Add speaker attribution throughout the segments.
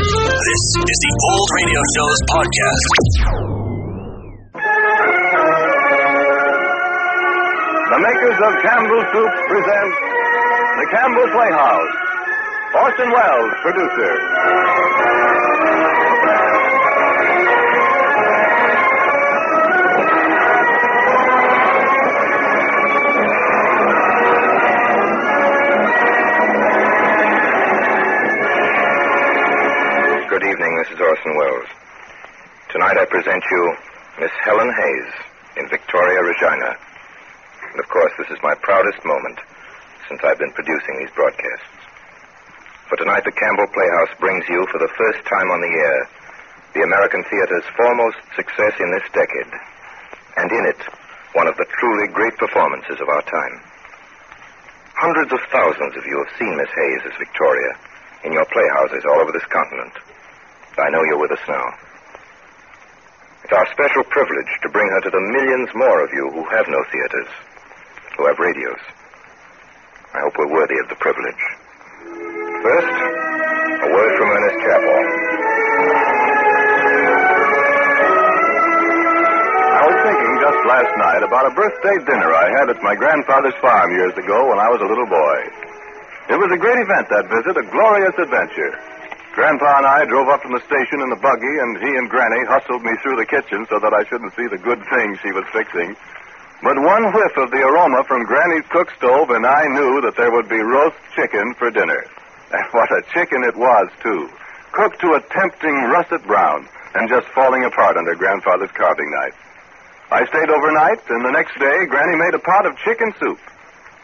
Speaker 1: This is the Old Radio Show's podcast.
Speaker 2: The makers of Campbell Soup present The Campbell Playhouse. Orson Welles, producer.
Speaker 3: Good evening, Mrs. Orson Welles. Tonight I present you Miss Helen Hayes in Victoria Regina. And of course, this is my proudest moment since I've been producing these broadcasts. For tonight, the Campbell Playhouse brings you, for the first time on the air, the American theater's foremost success in this decade, and in it, one of the truly great performances of our time. Hundreds of thousands of you have seen Miss Hayes as Victoria in your playhouses all over this continent. I know you're with us now. It's our special privilege to bring her to the millions more of you who have no theaters, who have radios. I hope we're worthy of the privilege. First, a word from Ernest Chapel.
Speaker 2: I was thinking just last night about a birthday dinner I had at my grandfather's farm years ago when I was a little boy. It was a great event, that visit, a glorious adventure. Grandpa and I drove up from the station in the buggy, and he and Granny hustled me through the kitchen so that I shouldn't see the good things she was fixing. But one whiff of the aroma from Granny's cook stove, and I knew that there would be roast chicken for dinner. And what a chicken it was, too. Cooked to a tempting russet brown, and just falling apart under Grandfather's carving knife. I stayed overnight, and the next day, Granny made a pot of chicken soup.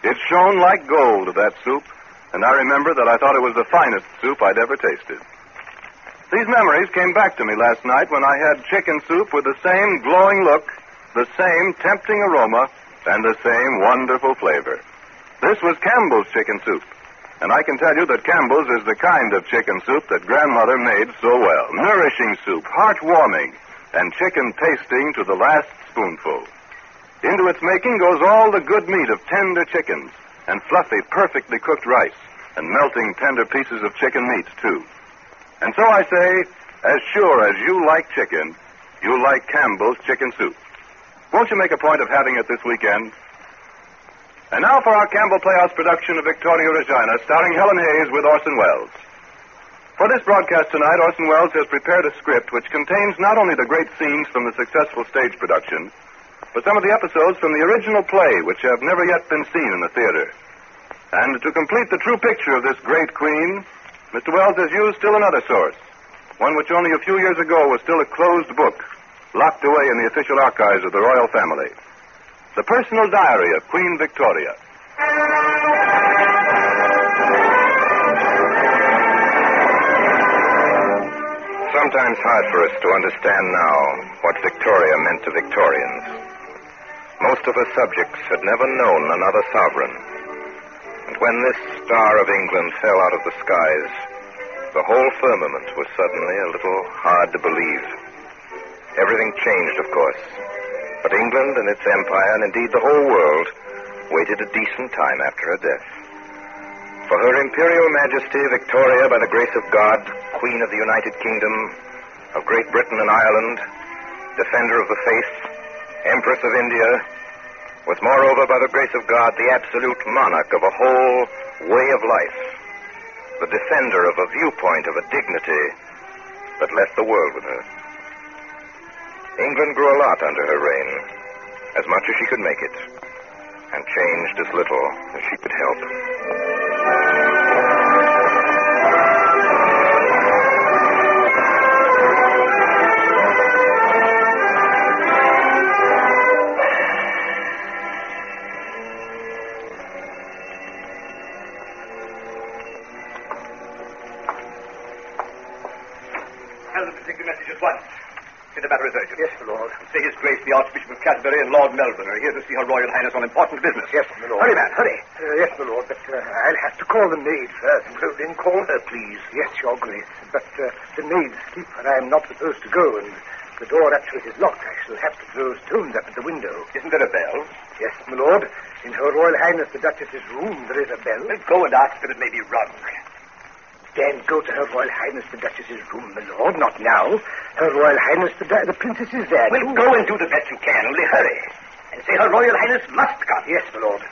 Speaker 2: It shone like gold, that soup, and I remember that I thought it was the finest soup I'd ever tasted. These memories came back to me last night when I had chicken soup with the same glowing look, the same tempting aroma, and the same wonderful flavor. This was Campbell's chicken soup, and I can tell you that Campbell's is the kind of chicken soup that grandmother made so well. Nourishing soup, heartwarming, and chicken tasting to the last spoonful. Into its making goes all the good meat of tender chickens and fluffy, perfectly cooked rice and melting tender pieces of chicken meat, too. And so I say, as sure as you like chicken, you like Campbell's chicken soup. Won't you make a point of having it this weekend? And now for our Campbell Playhouse production of Victoria Regina, starring Helen Hayes with Orson Welles. For this broadcast tonight, Orson Welles has prepared a script which contains not only the great scenes from the successful stage production, but some of the episodes from the original play which have never yet been seen in the theater. And to complete the true picture of this great queen, Mr. Wells has used still another source, one which only a few years ago was still a closed book, locked away in the official archives of the royal family. The personal diary of Queen Victoria.
Speaker 3: sometimes hard for us to understand now what Victoria meant to Victorians. Most of her subjects had never known another sovereign. And when this star of England fell out of the skies, the whole firmament was suddenly a little hard to believe. Everything changed, of course. But England and its empire, and indeed the whole world, waited a decent time after her death. For her Imperial Majesty Victoria, by the grace of God, Queen of the United Kingdom, of Great Britain and Ireland, Defender of the Faith, Empress of India, was moreover, by the grace of God, the absolute monarch of a whole way of life, the defender of a viewpoint, of a dignity that left the world with her. England grew a lot under her reign, as much as she could make it, and changed as little as she could help.
Speaker 4: Tell them to take the message at once. Say the matter is urgent. Yes, my lord. Say His Grace the Archbishop of Canterbury and Lord Melbourne are here to see Her Royal Highness on important business. Yes, my lord. Hurry, man, hurry.
Speaker 5: Uh, yes, my lord, but uh, I'll have to call the maid first. Rowling, call her, please. Yes, your grace. But uh, the maid's asleep where I am not supposed to go, and the door actually is locked. I shall have to throw stones up at the window.
Speaker 4: Isn't there a bell?
Speaker 5: Yes, my lord. In Her Royal Highness the Duchess's room there is a bell.
Speaker 4: Well, go and ask that it may be rung.
Speaker 6: Then go to Her Royal Highness the Duchess's room, my lord. Not now. Her Royal Highness the, du- the Princess is there.
Speaker 2: Well, go and do the best you can. Only hurry. And say Her Royal Highness must come.
Speaker 6: Yes, my lord.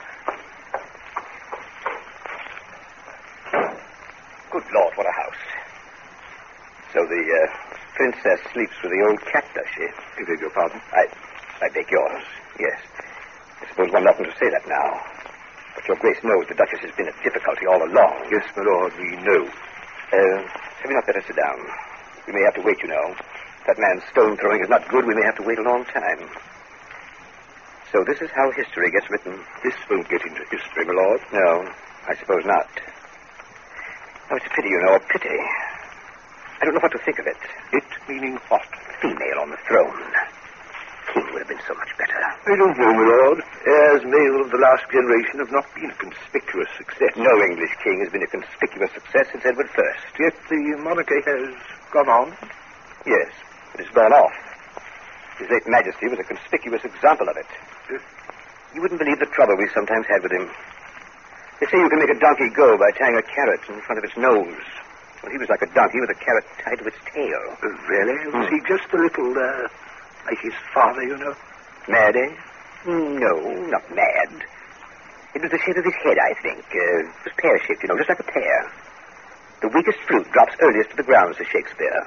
Speaker 2: Good Lord, what a house. So the uh, princess sleeps with the old cat, does she? You beg your pardon? I, I beg yours, yes. I suppose one oughtn't to say that now. But your grace knows the duchess has been at difficulty all along. Yes, my lord, we know. Uh, have you not better sit down? We may have to wait, you know. If that man's stone throwing is not good, we may have to wait a long time. So this is how history gets written. This won't get into history, my lord. No, I suppose not. Oh, it's a pity, you know, a pity. I don't know what to think of it. It meaning what? Female on the throne. King would have been so much better.
Speaker 5: I don't know, my lord. Heirs male of the last generation have not been a conspicuous success.
Speaker 2: No English king has been a conspicuous success since Edward I.
Speaker 5: Yet the monarchy has gone on.
Speaker 2: Yes, it has gone off. His late Majesty was a conspicuous example of it. You wouldn't believe the trouble we sometimes had with him. They say you can make a donkey go by tying a carrot in front of its nose. Well, he was like a donkey with a carrot tied to its tail.
Speaker 5: Really? Was he just a little, uh, like his father, you know?
Speaker 2: Mad, eh? No, not mad. It was the shape of his head, I think. Uh, it was pear shaped, you know, just like a pear. The weakest fruit drops earliest to the ground, says Shakespeare.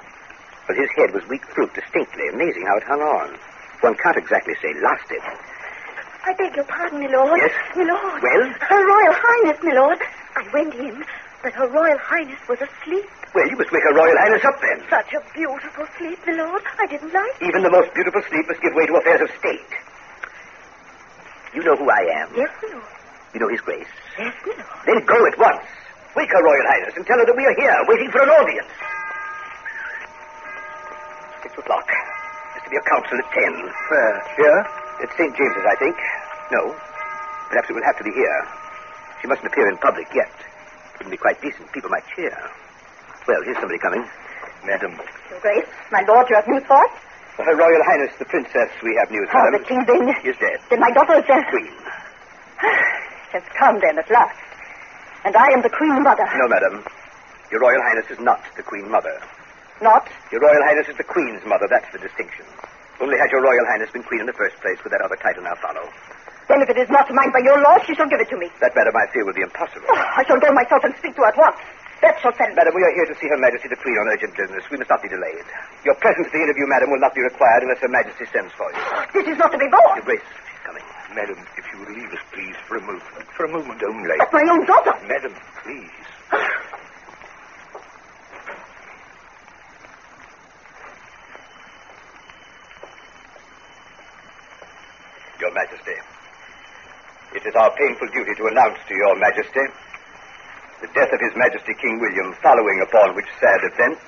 Speaker 2: But his head was weak fruit distinctly. Amazing how it hung on. One can't exactly say lost it.
Speaker 7: I beg your pardon, my lord.
Speaker 2: Yes?
Speaker 7: My lord.
Speaker 2: Well?
Speaker 7: Her Royal Highness, my lord. I went in, but Her Royal Highness was asleep.
Speaker 2: Well, you must wake Her Royal Highness up then.
Speaker 7: Such a beautiful sleep, my lord. I didn't like it.
Speaker 2: Even the most beautiful sleep must give way to affairs of state. You know who I am.
Speaker 7: Yes, my lord.
Speaker 2: You know His Grace.
Speaker 7: Yes, my lord.
Speaker 2: Then go at once. Wake Her Royal Highness and tell her that we are here, waiting for an audience. Six o'clock. There's to be a council at ten.
Speaker 5: Where? Here?
Speaker 2: At St. James's, I think. No. Perhaps it will have to be here. She mustn't appear in public yet. It wouldn't be quite decent. People might cheer. Well, here's somebody coming.
Speaker 5: Madam.
Speaker 7: Your Grace, my lord, you have news for us?
Speaker 2: Her Royal Highness, the Princess, we have news.
Speaker 7: Oh,
Speaker 2: madam.
Speaker 7: the king's in.
Speaker 2: Is dead.
Speaker 7: Then my daughter is dead.
Speaker 2: Queen.
Speaker 7: Has come then at last. And I am the Queen Mother.
Speaker 2: No, madam. Your Royal Highness is not the Queen Mother.
Speaker 7: Not?
Speaker 2: Your Royal Highness is the Queen's mother. That's the distinction. Only had your Royal Highness been Queen in the first place, would that other title now follow?
Speaker 7: Then if it is not mine by your law, she shall give it to me.
Speaker 2: That, madam, I fear will be impossible.
Speaker 7: Oh, I shall go myself and speak to her at once. That shall send
Speaker 2: Madam, we are here to see Her Majesty the Queen on urgent business. We must not be delayed. Your presence at the interview, madam, will not be required unless Her Majesty sends for you.
Speaker 7: This is not to be borne.
Speaker 2: Your Grace, she's coming.
Speaker 5: Madam, if you will leave us, please, for a moment. For a moment only.
Speaker 7: But my own daughter.
Speaker 5: Madam, please.
Speaker 2: Your Majesty, it is our painful duty to announce to Your Majesty the death of His Majesty King William, following upon which sad event.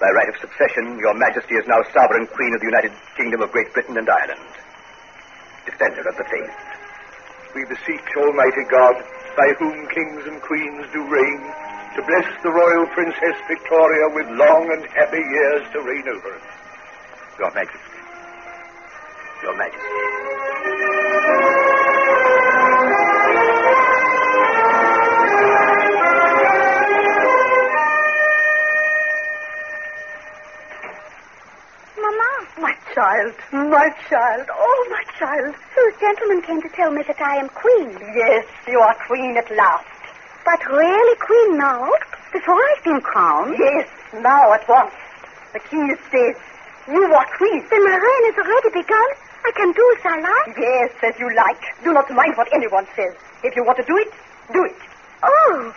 Speaker 2: By right of succession, Your Majesty is now sovereign Queen of the United Kingdom of Great Britain and Ireland, defender of the faith.
Speaker 5: We beseech Almighty God, by whom kings and queens do reign, to bless the royal Princess Victoria with long and happy years to reign over us.
Speaker 2: Your Majesty. Your Majesty.
Speaker 7: Mamma. My child, my child, oh, my child. Those gentlemen came to tell me that I am queen. Yes, you are queen at last. But really queen now? Before I've been crowned? Yes, now at once. The king is dead. You are queen. Then my reign has already begun. I can do as I like. Yes, as you like. Do not mind what anyone says. If you want to do it, do it. Oh,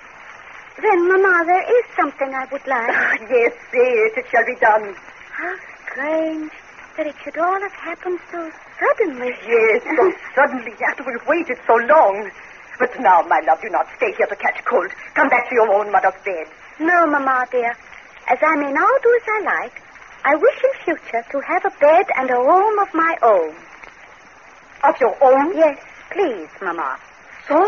Speaker 7: then, Mamma, there is something I would like. yes, say it. It shall be done. How strange that it should all have happened so suddenly. Yes, so suddenly after we've waited so long. But now, my love, do not stay here to catch cold. Come back to your own mother's bed. No, Mamma, dear. As I may now do as I like, I wish in future to have a bed and a room of my own. Of your own? Yes, please, Mamma. So?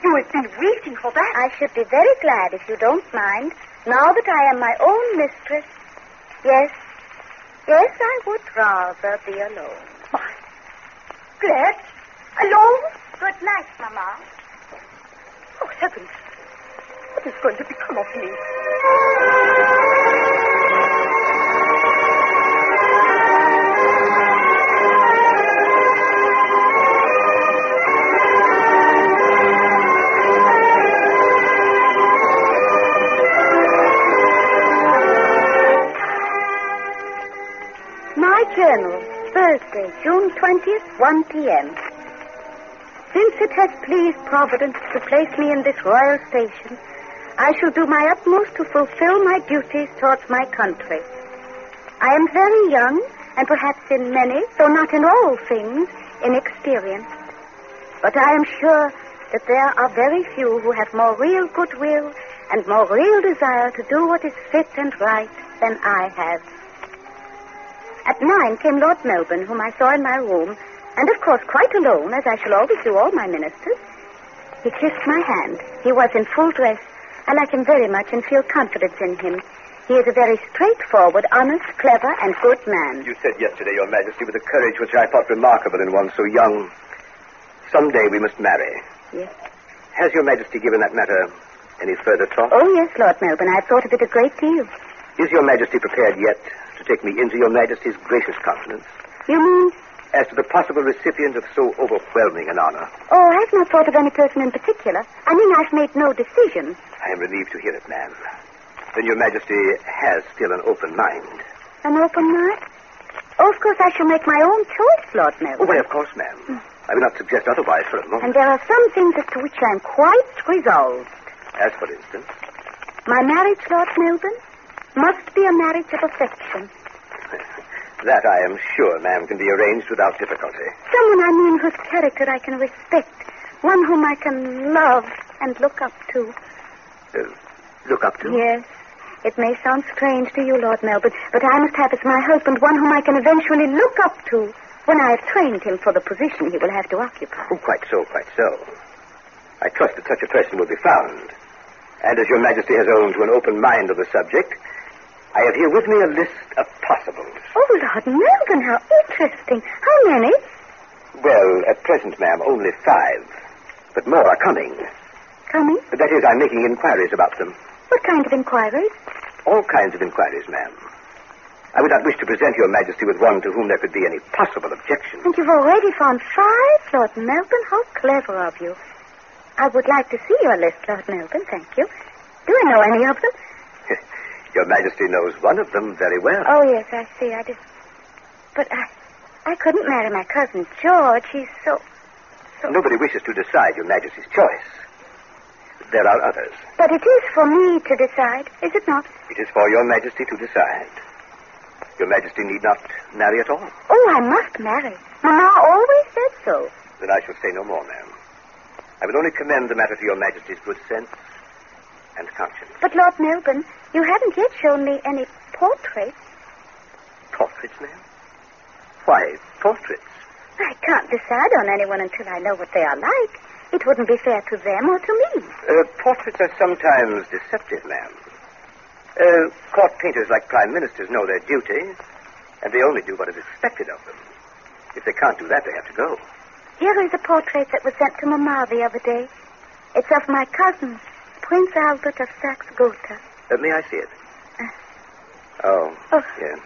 Speaker 7: You have been waiting for that. I should be very glad if you don't mind, now that I am my own mistress. Yes. Yes, I would rather be alone. What? Glad? Alone? Good night, Mamma. Oh, heavens. What is going to become of me? My journal, Thursday, June 20th, 1 p.m. Since it has pleased Providence to place me in this royal station, I shall do my utmost to fulfill my duties towards my country. I am very young, and perhaps in many, though not in all things, inexperienced. But I am sure that there are very few who have more real goodwill and more real desire to do what is fit and right than I have. At nine came Lord Melbourne, whom I saw in my room, and of course quite alone, as I shall always do all my ministers. He kissed my hand. He was in full dress. I like him very much and feel confidence in him. He is a very straightforward, honest, clever, and good man.
Speaker 5: You said yesterday, Your Majesty, with a courage which I thought remarkable in one so young, someday we must marry.
Speaker 7: Yes.
Speaker 5: Has Your Majesty given that matter any further thought?
Speaker 7: Oh, yes, Lord Melbourne, I've thought of it a great deal.
Speaker 5: Is Your Majesty prepared yet to take me into Your Majesty's gracious confidence
Speaker 7: You mean?
Speaker 5: as to the possible recipient of so overwhelming an honor?
Speaker 7: Oh, I've not thought of any person in particular. I mean, I've made no decision.
Speaker 5: I am relieved to hear it, ma'am. Then Your Majesty has still an open mind.
Speaker 7: An open mind? Oh, of course, I shall make my own choice, Lord
Speaker 5: Oh,
Speaker 7: Melbourne.
Speaker 5: why, of course, ma'am. I will not suggest otherwise for a moment.
Speaker 7: And there are some things as to which I am quite resolved.
Speaker 5: As, for instance,
Speaker 7: My marriage, Lord Melbourne, must be a marriage of affection.
Speaker 5: that I am sure, ma'am, can be arranged without difficulty.
Speaker 7: Someone, I mean, whose character I can respect. One whom I can love and look up to.
Speaker 5: Uh, look up to?
Speaker 7: Yes. It may sound strange to you, Lord Melbourne, but I must have as my husband one whom I can eventually look up to when I have trained him for the position he will have to occupy.
Speaker 5: Oh, quite so, quite so. I trust that such a person will be found. And as Your Majesty has owned to an open mind of the subject, I have here with me a list of possibles.
Speaker 7: Oh, Lord Melbourne, how interesting. How many?
Speaker 5: Well, at present, ma'am, only five. But more are coming.
Speaker 7: Coming?
Speaker 5: That is, I'm making inquiries about them.
Speaker 7: What kind of inquiries?
Speaker 5: All kinds of inquiries, ma'am. I would not wish to present Your Majesty with one to whom there could be any possible objection.
Speaker 7: And you've already found five, Lord Melbourne. How clever of you. I would like to see your list, Lord Melbourne, thank you. Do I know any of them?
Speaker 5: Your Majesty knows one of them very well.
Speaker 7: Oh, yes, I see. I just. But I. I couldn't marry my cousin George. He's so.
Speaker 5: Nobody wishes to decide Your Majesty's choice. There are others.
Speaker 7: But it is for me to decide, is it not?
Speaker 5: It is for Your Majesty to decide. Your Majesty need not marry at all.
Speaker 7: Oh, I must marry. Mamma always said so.
Speaker 5: Then I shall say no more, ma'am. I will only commend the matter to Your Majesty's good sense and conscience.
Speaker 7: But, Lord Melbourne, you haven't yet shown me any portraits.
Speaker 5: Portraits, ma'am? Why, portraits?
Speaker 7: I can't decide on anyone until I know what they are like. It wouldn't be fair to them or to me.
Speaker 5: Uh, portraits are sometimes deceptive, ma'am. Uh, court painters, like prime ministers, know their duty, and they only do what is expected of them. If they can't do that, they have to go.
Speaker 7: Here is a portrait that was sent to Mamma the other day. It's of my cousin, Prince Albert of Saxe-Gotha.
Speaker 5: Uh, may I see it? Oh,
Speaker 7: Oh.
Speaker 5: yeah.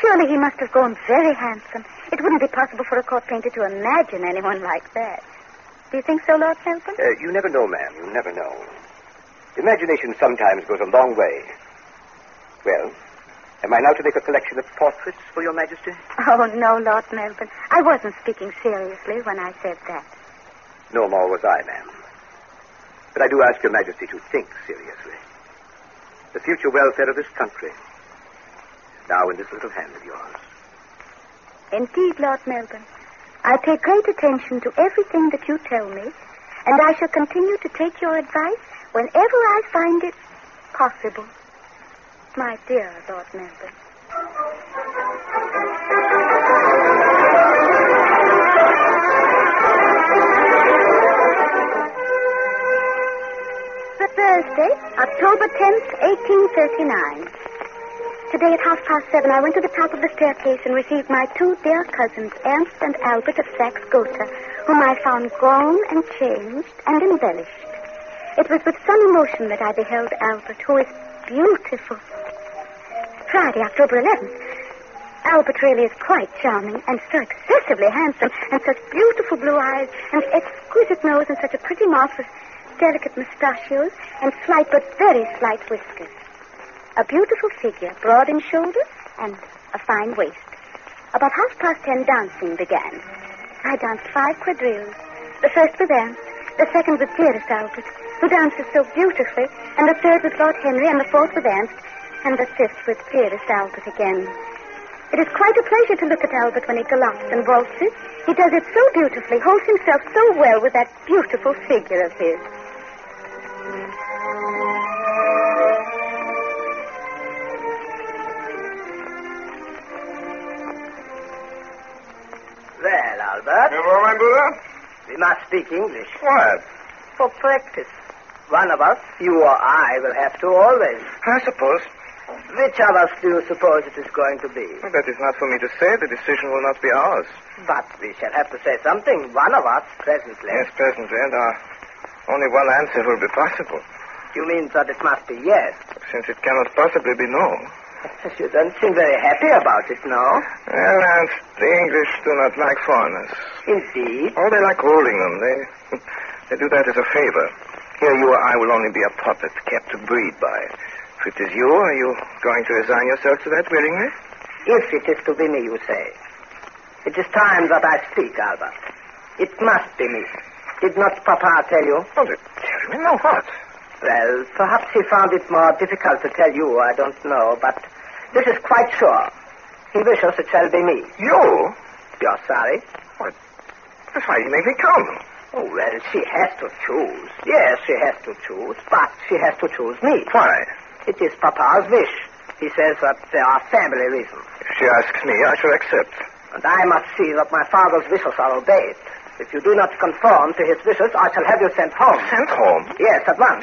Speaker 7: Surely he must have grown very handsome. It wouldn't be possible for a court painter to imagine anyone like that. Do you think so, Lord Melbourne?
Speaker 5: Uh, you never know, ma'am. You never know. Imagination sometimes goes a long way. Well, am I now to make a collection of portraits for Your Majesty?
Speaker 7: Oh, no, Lord Melbourne. I wasn't speaking seriously when I said that.
Speaker 5: No more was I, ma'am. But I do ask Your Majesty to think seriously. The future welfare of this country is now in this little hand of yours.
Speaker 7: Indeed, Lord Melbourne. I pay great attention to everything that you tell me, and I shall continue to take your advice whenever I find it possible. My dear Lord Melbourne. The Thursday, October 10th, 1839. Today at half past seven, I went to the top of the staircase and received my two dear cousins, Ernst and Albert of Saxe-Gotha, whom I found grown and changed and embellished. It was with some emotion that I beheld Albert, who is beautiful. Friday, October 11th. Albert really is quite charming and so excessively handsome and such beautiful blue eyes and exquisite nose and such a pretty mouth with delicate mustachios and slight but very slight whiskers. A beautiful figure, broad in shoulders and a fine waist. About half past ten, dancing began. I danced five quadrilles. The first with Ernst, the second with dearest Albert, who dances so beautifully, and the third with Lord Henry, and the fourth with Ernst, and the fifth with dearest Albert again. It is quite a pleasure to look at Albert when he gallops and waltzes. He does it so beautifully, holds himself so well with that beautiful figure of his.
Speaker 8: Well, Albert,
Speaker 2: You all right, Buddha?
Speaker 8: we must speak English
Speaker 2: What?
Speaker 8: for practice. One of us, you or I, will have to always.
Speaker 2: I suppose.
Speaker 8: Which of us do you suppose it is going to be?
Speaker 2: That is not for me to say. The decision will not be ours.
Speaker 8: But we shall have to say something, one of us, presently.
Speaker 2: Yes, presently, and our only one answer will be possible,
Speaker 8: You mean that it must be yes.
Speaker 2: since it cannot possibly be no.
Speaker 8: You don't seem very happy about it, no?
Speaker 2: Well, Aunt, the English do not like foreigners.
Speaker 8: Indeed.
Speaker 2: Oh, they like ruling them. They, they do that as a favor. Here, you or I will only be a puppet kept to breed by. If it is you, are you going to resign yourself to that willingly?
Speaker 8: If it is to be me, you say. It is time that I speak, Albert. It must be me. Did not Papa tell you?
Speaker 2: Oh, they tell me now what?
Speaker 8: Well, perhaps he found it more difficult to tell you, I don't know, but this is quite sure. He wishes it shall be me.
Speaker 2: You?
Speaker 8: You're sorry?
Speaker 2: That's why you make me come.
Speaker 8: Oh, well, she has to choose. Yes, she has to choose, but she has to choose me.
Speaker 2: Why?
Speaker 8: It is Papa's wish. He says that there are family reasons,
Speaker 2: If she asks me, I shall accept.
Speaker 8: and I must see that my father's wishes are obeyed. If you do not conform to his wishes, I shall have you sent home.
Speaker 2: Sent home.
Speaker 8: Yes, at once.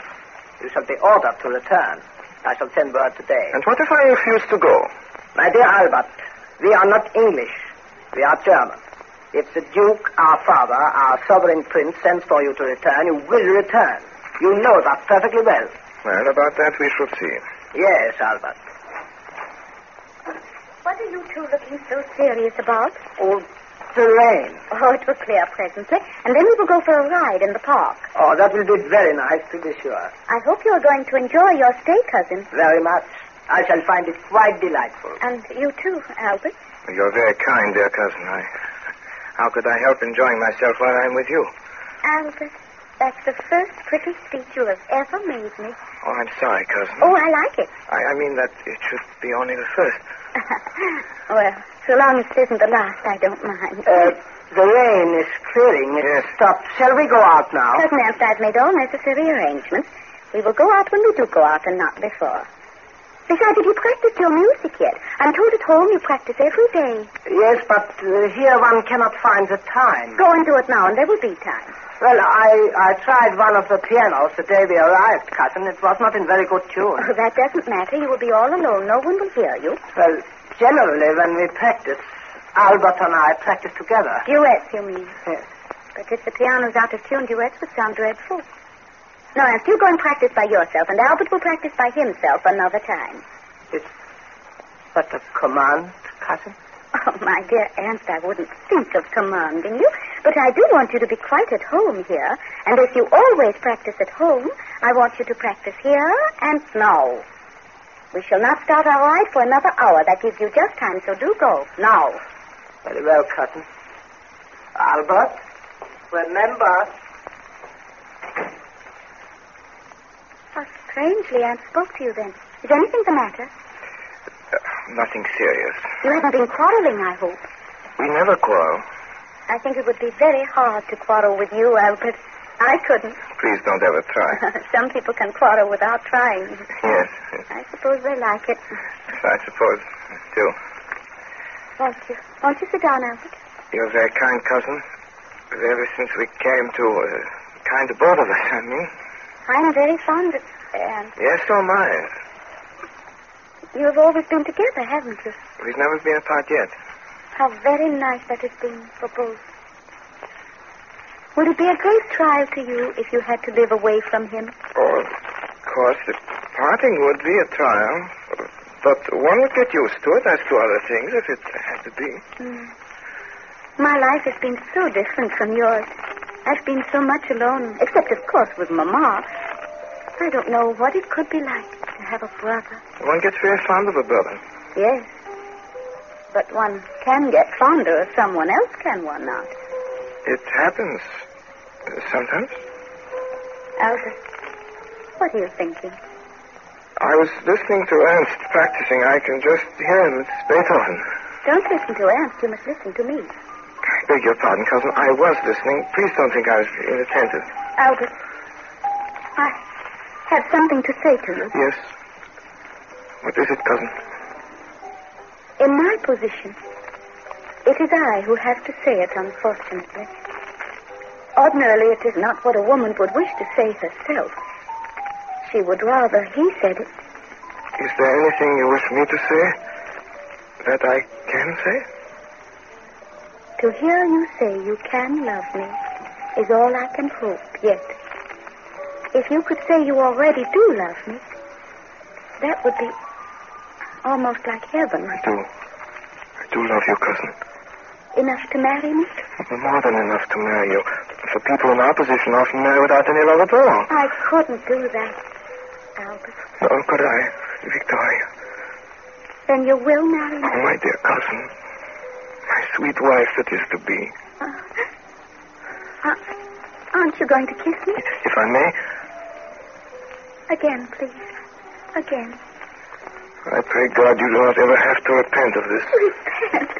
Speaker 8: You shall be ordered to return. I shall send word today.
Speaker 2: And what if I refuse to go?
Speaker 8: My dear Albert, we are not English. We are German. If the Duke, our father, our sovereign prince, sends for you to return, you will return. You know that perfectly well.
Speaker 2: Well, about that we shall see.
Speaker 8: Yes, Albert.
Speaker 7: What are you two looking so serious about?
Speaker 8: Oh, the rain.
Speaker 7: Oh, it will clear presently, and then we will go for a ride in the park.
Speaker 8: Oh, that will be very nice, to be sure.
Speaker 7: I hope you are going to enjoy your stay, cousin.
Speaker 8: Very much. I shall find it quite delightful.
Speaker 7: And you too, Albert.
Speaker 2: You're very kind, dear cousin. I, how could I help enjoying myself while I'm with you?
Speaker 7: Albert, that's the first pretty speech you have ever made me.
Speaker 2: Oh, I'm sorry, cousin.
Speaker 7: Oh, I like it.
Speaker 2: I, I mean that it should be only the first.
Speaker 7: well, so long as it isn't the last, I don't mind.
Speaker 8: Uh, the rain is clearing. It
Speaker 2: Yes.
Speaker 8: stopped. Shall we go out now?
Speaker 7: Cousin Ernst, I've made all necessary arrangements. We will go out when we do go out, and not before. Besides, have you practiced your music yet? I'm told at home you practice every day.
Speaker 8: Yes, but uh, here one cannot find the time.
Speaker 7: Go and do it now, and there will be time.
Speaker 8: Well, I, I tried one of the pianos the day we arrived, cousin. It was not in very good
Speaker 7: Oh,
Speaker 8: tune.
Speaker 7: that doesn't matter. You will be all alone. No one will hear you.
Speaker 8: well, generally when we practice, Albert and I practice together.
Speaker 7: Duets, you mean.
Speaker 8: Yes.
Speaker 7: But if the piano's out of tune, duets would sound dreadful. No, Ernst, you go and practice by yourself, and Albert will practice by himself another time.
Speaker 8: It's but a command, cousin.
Speaker 7: Oh, my dear Ernst, I wouldn't think of commanding you, but I do want you to be quite at home here. And as you always practice at home, I want you to practice here and now. We shall not start our ride for another hour. That gives you just time, so do go now.
Speaker 8: Very well, cousin. Albert, remember.
Speaker 7: How strangely Ernst spoke to you then. Is anything the matter?
Speaker 2: Uh, nothing serious.
Speaker 7: You haven't been quarreling, I hope.
Speaker 2: We never quarrel.
Speaker 7: I think it would be very hard to quarrel with you, Albert. I couldn't.
Speaker 2: Please don't ever try.
Speaker 7: Some people can quarrel without trying.
Speaker 2: yes,
Speaker 7: I suppose they like it.
Speaker 2: I suppose. Do.
Speaker 7: Won't you? Won't you sit down, Albert?
Speaker 2: You're very kind, cousin. Ever since we came to, uh, kind to both of us, I mean.
Speaker 7: I'm very fond of Anne.
Speaker 2: Yes, so am I.
Speaker 7: You have always been together, haven't you?
Speaker 2: We've never been apart yet.
Speaker 7: How very nice that has been for both. Would it be a great trial to you if you had to live away from him?
Speaker 2: Oh, of course, the parting would be a trial. But one would get used to it, as to other things, if it had to be.
Speaker 7: Mm. My life has been so different from yours. I've been so much alone, except, of course, with Mamma. I don't know what it could be like to have a brother.
Speaker 2: One gets very fond of a brother.
Speaker 7: Yes. But one can get fonder of someone else, can one not?
Speaker 2: It happens uh, sometimes.
Speaker 7: Albert, what are you thinking?
Speaker 2: I was listening to Ernst practicing. I can just hear him. It's Beethoven.
Speaker 7: Don't listen to Ernst. You must listen to me.
Speaker 2: I beg your pardon, cousin. I was listening. Please don't think I was inattentive.
Speaker 7: Albert, I have something to say to you.
Speaker 2: Yes. What is it, cousin?
Speaker 7: In my position, it is I who have to say it, unfortunately. Ordinarily, it is not what a woman would wish to say herself. She would rather he said it.
Speaker 2: Is there anything you wish me to say that I can say?
Speaker 7: To hear you say you can love me is all I can hope yet. If you could say you already do love me, that would be almost like heaven.
Speaker 2: I do. I do love you, cousin.
Speaker 7: Enough to marry me?
Speaker 2: More than enough to marry you. For people in our position often marry without any love at all.
Speaker 7: I couldn't do that, Albert.
Speaker 2: Oh, could I, Victoria?
Speaker 7: Then you will marry me.
Speaker 2: Oh, my dear cousin. My sweet wife that is to be.
Speaker 7: Uh, aren't you going to kiss me?
Speaker 2: If I may,
Speaker 7: Again, please. Again.
Speaker 2: I pray God you do not ever have to repent of this.
Speaker 7: Repent.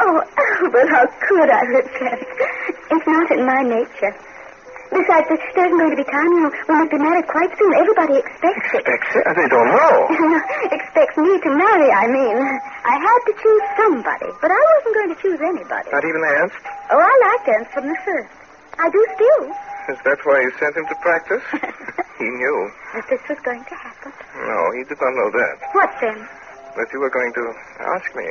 Speaker 7: Oh, Albert, how could I repent? It's not in my nature. Besides, there- there isn't going to be time. You we must be married quite soon. Everybody expects it.
Speaker 2: Expects it? They don't know.
Speaker 7: expects me to marry, I mean. I had to choose somebody, but I wasn't going to choose anybody.
Speaker 2: Not even Ernst?
Speaker 7: Oh, I liked Ernst from the first. I do still.
Speaker 2: Is that why you sent him to practice? he knew.
Speaker 7: That this was going to happen.
Speaker 2: No, he did not know that.
Speaker 7: What then?
Speaker 2: But you were going to ask me.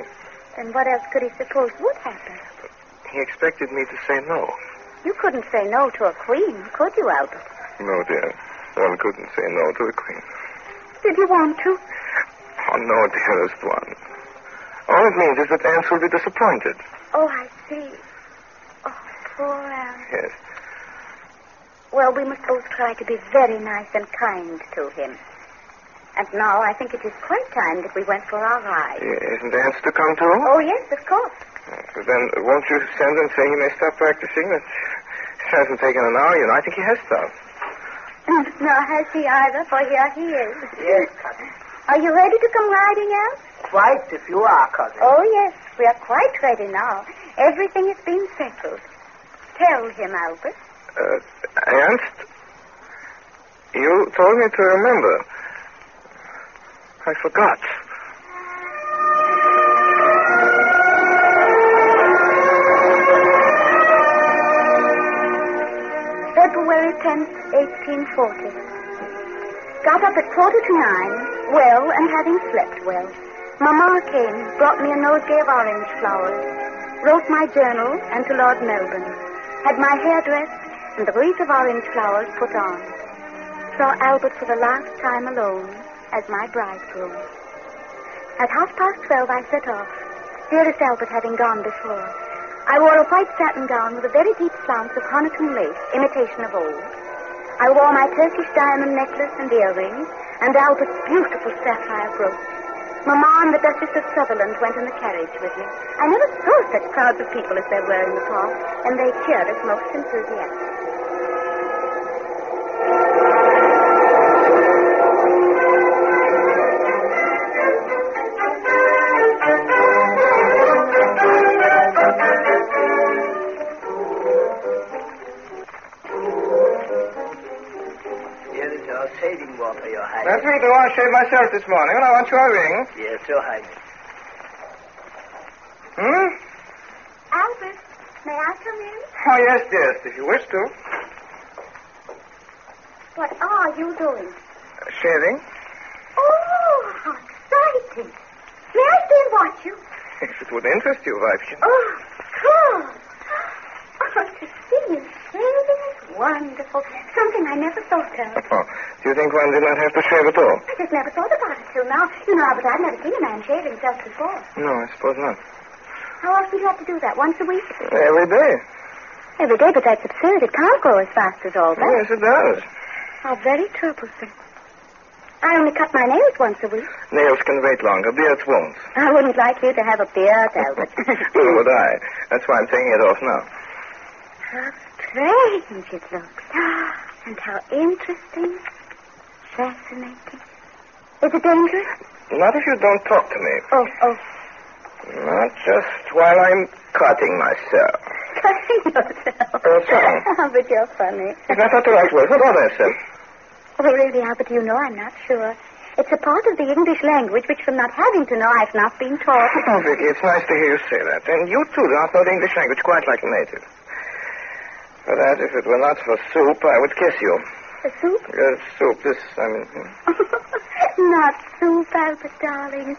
Speaker 7: Then what else could he suppose would happen?
Speaker 2: He expected me to say no.
Speaker 7: You couldn't say no to a queen, could you, Albert?
Speaker 2: No, dear. One couldn't say no to the queen.
Speaker 7: Did you want to?
Speaker 2: Oh, no, dearest one. All it means is that Ernst will be disappointed.
Speaker 7: Oh, I see. Oh, poor Al.
Speaker 2: Yes.
Speaker 7: Well, we must both try to be very nice and kind to him. And now I think it is quite time that we went for our ride.
Speaker 2: Isn't Ernst to come too?
Speaker 7: Oh, yes, of course.
Speaker 2: Then won't you send and say he may stop practicing? It hasn't taken an hour, you know. I think he has stopped.
Speaker 7: no, has he either, for here he is.
Speaker 8: Yes, cousin.
Speaker 7: Are you ready to come riding, Al?
Speaker 8: Quite if you are, cousin.
Speaker 7: Oh, yes, we are quite ready now. Everything has been settled. Tell him, Albert.
Speaker 2: Uh, Ernst, you told me to remember. I forgot.
Speaker 7: February 10th, 1840. Got up at quarter to nine, well and having slept well. Mamma came, brought me a nosegay of orange flowers, wrote my journal and to Lord Melbourne, had my hair dressed and the wreath of orange flowers put on. Saw Albert for the last time alone as my bridegroom. At half past twelve, I set off, dearest Albert having gone before. I wore a white satin gown with a very deep flounce of Honiton lace, imitation of old. I wore my Turkish diamond necklace and earrings, and Albert's beautiful sapphire brooch. Mamma and the Duchess of Sutherland went in the carriage with me. I never saw such crowds of people as there were in the park, and they cheered us most enthusiastically.
Speaker 8: Here is your shaving water, your
Speaker 2: That's
Speaker 8: highness.
Speaker 2: me, though. I shaved myself this morning, and I want your ring.
Speaker 8: Yes, your highness.
Speaker 2: Hmm?
Speaker 7: Albert, may I come in?
Speaker 2: Oh, yes, dearest, if you wish to.
Speaker 7: What are you doing?
Speaker 2: Uh, Shaving?
Speaker 7: Oh, how exciting! May I stay and watch you?
Speaker 2: If it would interest you, Vipkin.
Speaker 7: Oh, cool. Oh, to see you Mm, wonderful. Something I never thought of.
Speaker 2: Oh, do you think one did not have to shave at all?
Speaker 7: I just never thought about it till now. You know, Albert, I've never seen a man shave himself before.
Speaker 2: No, I suppose not.
Speaker 7: How often do you have to do that? Once a week?
Speaker 2: Every day.
Speaker 7: Every day, but that's absurd. It can't grow as fast as all that.
Speaker 2: Yes, it does.
Speaker 7: How very troublesome. I only cut my nails once a week.
Speaker 2: Nails can wait longer. Beards won't.
Speaker 7: I wouldn't like you to have a beard, Albert.
Speaker 2: Nor would I. That's why I'm taking it off now.
Speaker 7: How strange it looks. And how interesting. Fascinating. Is it dangerous?
Speaker 2: Not if you don't talk to me.
Speaker 7: Oh, oh.
Speaker 2: Not just while I'm cutting myself.
Speaker 7: Cutting yourself.
Speaker 2: Oh, sorry.
Speaker 7: Albert, you're funny.
Speaker 2: Is that not the right word? What are they, sir?
Speaker 7: Oh, really, Albert, you know I'm not sure. It's a part of the English language which, from not having to know, I've not been taught.
Speaker 2: Oh, Vicky, it's nice to hear you say that. And you, too, do not know the English language quite like a native. For that, if it were not for soup, I would kiss you.
Speaker 7: The soup?
Speaker 2: Uh, soup, this, I mean... hmm.
Speaker 7: not soup, Albert, darling.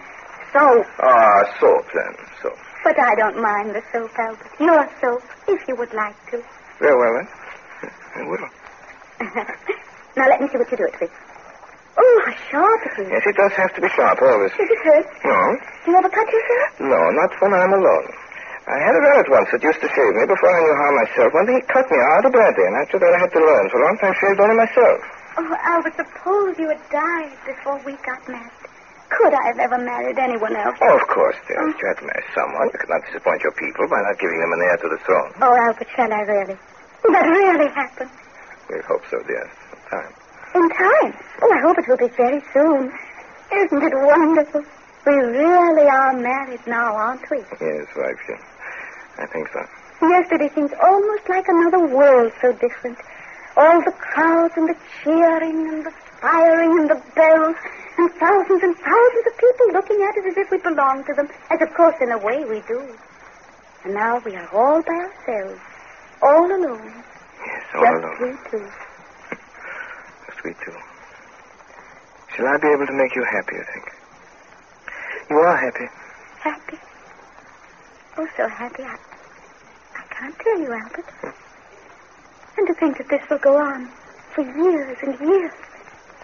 Speaker 7: Soap.
Speaker 2: Ah, soap, then, soap.
Speaker 7: But I don't mind the soap, Albert. Your soap, if you would like to.
Speaker 2: Very well, then. I will.
Speaker 7: now let me see what you do it with. Oh, how sharp it is.
Speaker 2: Yes, it does have to be sharp, always.
Speaker 7: Does it hurt?
Speaker 2: No,
Speaker 7: Do you ever cut yourself?
Speaker 2: no, not when I'm alone. I had a valet once that used to shave me before I knew how myself. One day he cut me out badly, and after that I had to learn. For a long time, shaved only myself.
Speaker 7: Oh, Albert, suppose you had died before we got married. Could I have ever married anyone else?
Speaker 2: Oh, of course, dear. If you had to marry someone, you could not disappoint your people by not giving them an heir to the throne.
Speaker 7: Oh, Albert, shall I really? Will That really happen.
Speaker 2: We hope so, dear. Sometime.
Speaker 7: In time. Oh, I hope it will be very soon. Isn't it wonderful? We really are married now, aren't we?
Speaker 2: Yes, right, sure. I think so.
Speaker 7: Yesterday seems almost like another world, so different. All the crowds and the cheering and the firing and the bells and thousands and thousands of people looking at us as if we belonged to them, as of course in a way we do. And now we are all by ourselves, all alone,
Speaker 2: Yes, all
Speaker 7: just
Speaker 2: alone.
Speaker 7: we two.
Speaker 2: Just we two. Shall I be able to make you happy, you think? You are happy.
Speaker 7: Happy. Oh, so happy. I, I can't tell you, Albert. And to think that this will go on for years and years.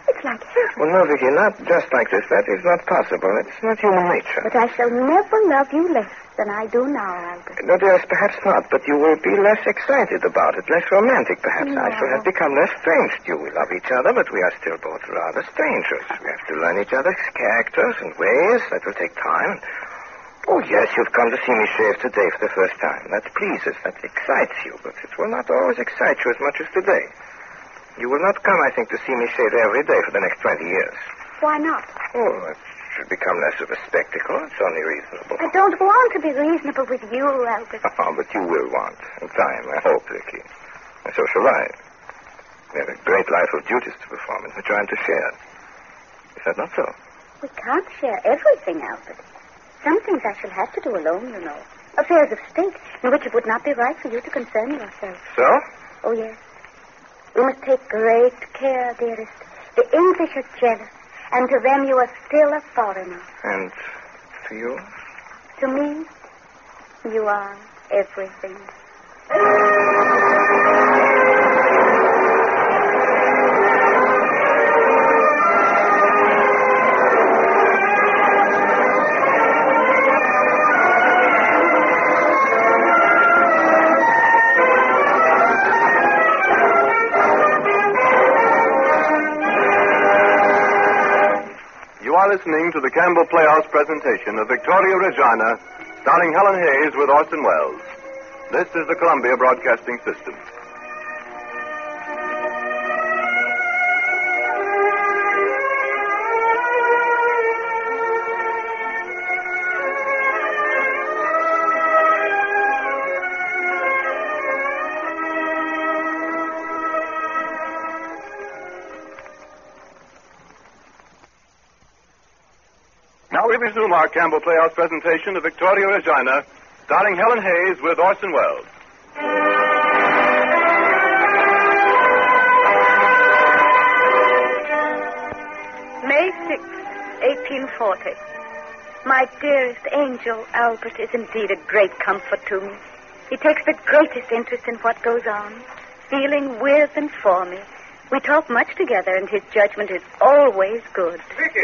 Speaker 7: It's like heaven.
Speaker 2: Well, no, Vicky, not just like this. That is not possible. It's not human nature.
Speaker 7: But I shall never love you less than I do now, Albert.
Speaker 2: No, dearest, perhaps not, but you will be less excited about it, less romantic, perhaps. I shall have
Speaker 7: No.
Speaker 2: become less strange to you. We love each other, but we are still both rather strangers. We have to learn each other's characters and ways. That will take time. Oh, yes, you've come to see me shave today for the first time. That pleases, that excites you, but it will not always excite you as much as today. You will not come, I think, to see me shave every day for the next 20 years.
Speaker 7: Why not?
Speaker 2: Oh, that should become less of a spectacle. It's only reasonable.
Speaker 7: I don't want to be reasonable with you, Albert.
Speaker 2: Oh, but you will want. In time, I hope, Vicky. And so shall I. We have a great life of duties to perform, and which I am to share. Is that not so?
Speaker 7: We can't share everything, Albert. Some things I shall have to do alone, you know. Affairs of state, in which it would not be right for you to concern yourself.
Speaker 2: So?
Speaker 7: Oh, yes. We must take great care, dearest. The English are jealous, and to them you are still a foreigner.
Speaker 2: And to you?
Speaker 7: To me, you are everything.
Speaker 9: You are listening to the Campbell Playhouse presentation of Victoria Regina, starring Helen Hayes with Orson Welles. This is the Columbia Broadcasting System. Now we resume our Campbell Playhouse presentation of Victoria Regina, starring Helen Hayes with Orson Welles.
Speaker 7: May sixth, 1840. My dearest angel, Albert, is indeed a great comfort to me. He takes the greatest interest in what goes on. feeling with and for me. We talk much together, and his judgment is always good.
Speaker 2: Vicky,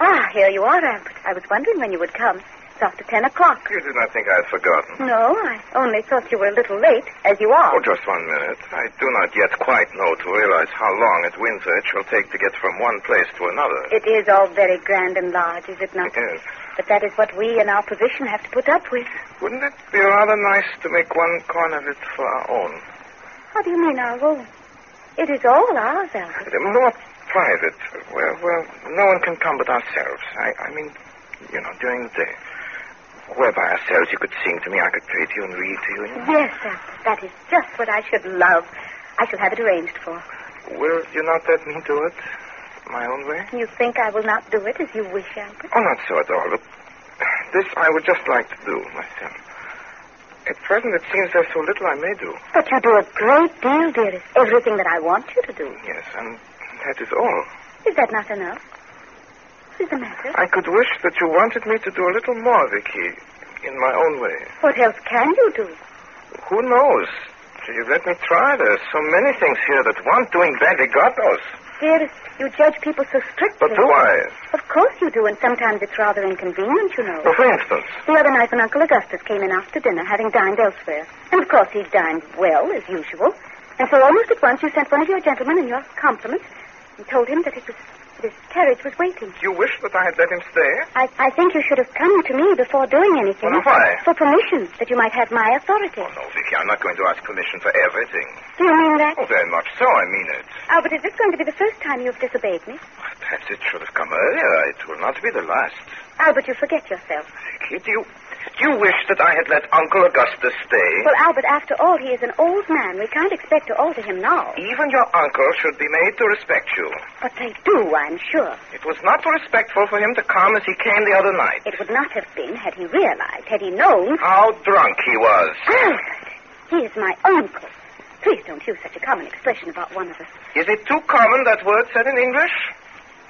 Speaker 7: Ah, here you are, Albert. I was wondering when you would come. It's after ten o'clock.
Speaker 2: you did not think I had forgotten.
Speaker 7: No, I only thought you were a little late, as you are.
Speaker 2: Oh, just one minute. I do not yet quite know to realize how long at Windsor it shall take to get from one place to another.
Speaker 7: It is all very grand and large, is it not?
Speaker 2: Yes.
Speaker 7: But that is what we in our position have to put up with.
Speaker 2: Wouldn't it be rather nice to make one corner of it for our own?
Speaker 7: How do you mean our own? It is all ours, Albert.
Speaker 2: More private, where, where no one can come but ourselves. I, I mean, you know, during the day. Where by ourselves you could sing to me, I could play to you and read to you. you know.
Speaker 7: Yes, Albert. That is just what I should love. I shall have it arranged for.
Speaker 2: Will you not let me do it my own way?
Speaker 7: You think I will not do it as you wish, Albert?
Speaker 2: Oh, not so at all, but this I would just like to do myself. At present, it seems there's so little I may do.
Speaker 7: But you do a great deal, dearest. Everything that I want you to do.
Speaker 2: Yes, and that is all.
Speaker 7: Is that not enough? What is the matter?
Speaker 2: I could wish that you wanted me to do a little more, Vicky, in my own way.
Speaker 7: What else can you do?
Speaker 2: Who knows? Will You let me try. There's so many things here that want doing badly, God knows.
Speaker 7: Dearest, you judge people so strictly.
Speaker 2: But do I?
Speaker 7: Of course you do, and sometimes it's rather inconvenient, you know.
Speaker 2: Well, for instance,
Speaker 7: The other night when Uncle Augustus came in after dinner, having dined elsewhere. And of course he dined well, as usual. And so almost at once you sent one of your gentlemen in your compliments and told him that it was this carriage was waiting.
Speaker 2: you wish that I had let him stay?
Speaker 7: I, I think you should have come to me before doing anything.
Speaker 2: Well, why?
Speaker 7: For permission, that you might have my authority.
Speaker 2: Oh, no, Vicky, I'm not going to ask permission for everything.
Speaker 7: Do you mean that?
Speaker 2: Oh, very much so, I mean it.
Speaker 7: Albert, is this going to be the first time you have disobeyed me?
Speaker 2: Perhaps it should have come earlier. It will not be the last.
Speaker 7: Albert, you forget yourself.
Speaker 2: Vicky, do you, do you wish that I had let Uncle Augustus stay?
Speaker 7: Well, Albert, after all, he is an old man. We can't expect to alter him now.
Speaker 2: Even your uncle should be made to respect you.
Speaker 7: But they do, I'm sure.
Speaker 2: It was not respectful for him to come as he came the other night.
Speaker 7: It would not have been had he realized, had he known.
Speaker 2: How drunk he was.
Speaker 7: Albert, he is my uncle. Please don't use such a common expression about one of us.
Speaker 2: Is it too common, that word said in English?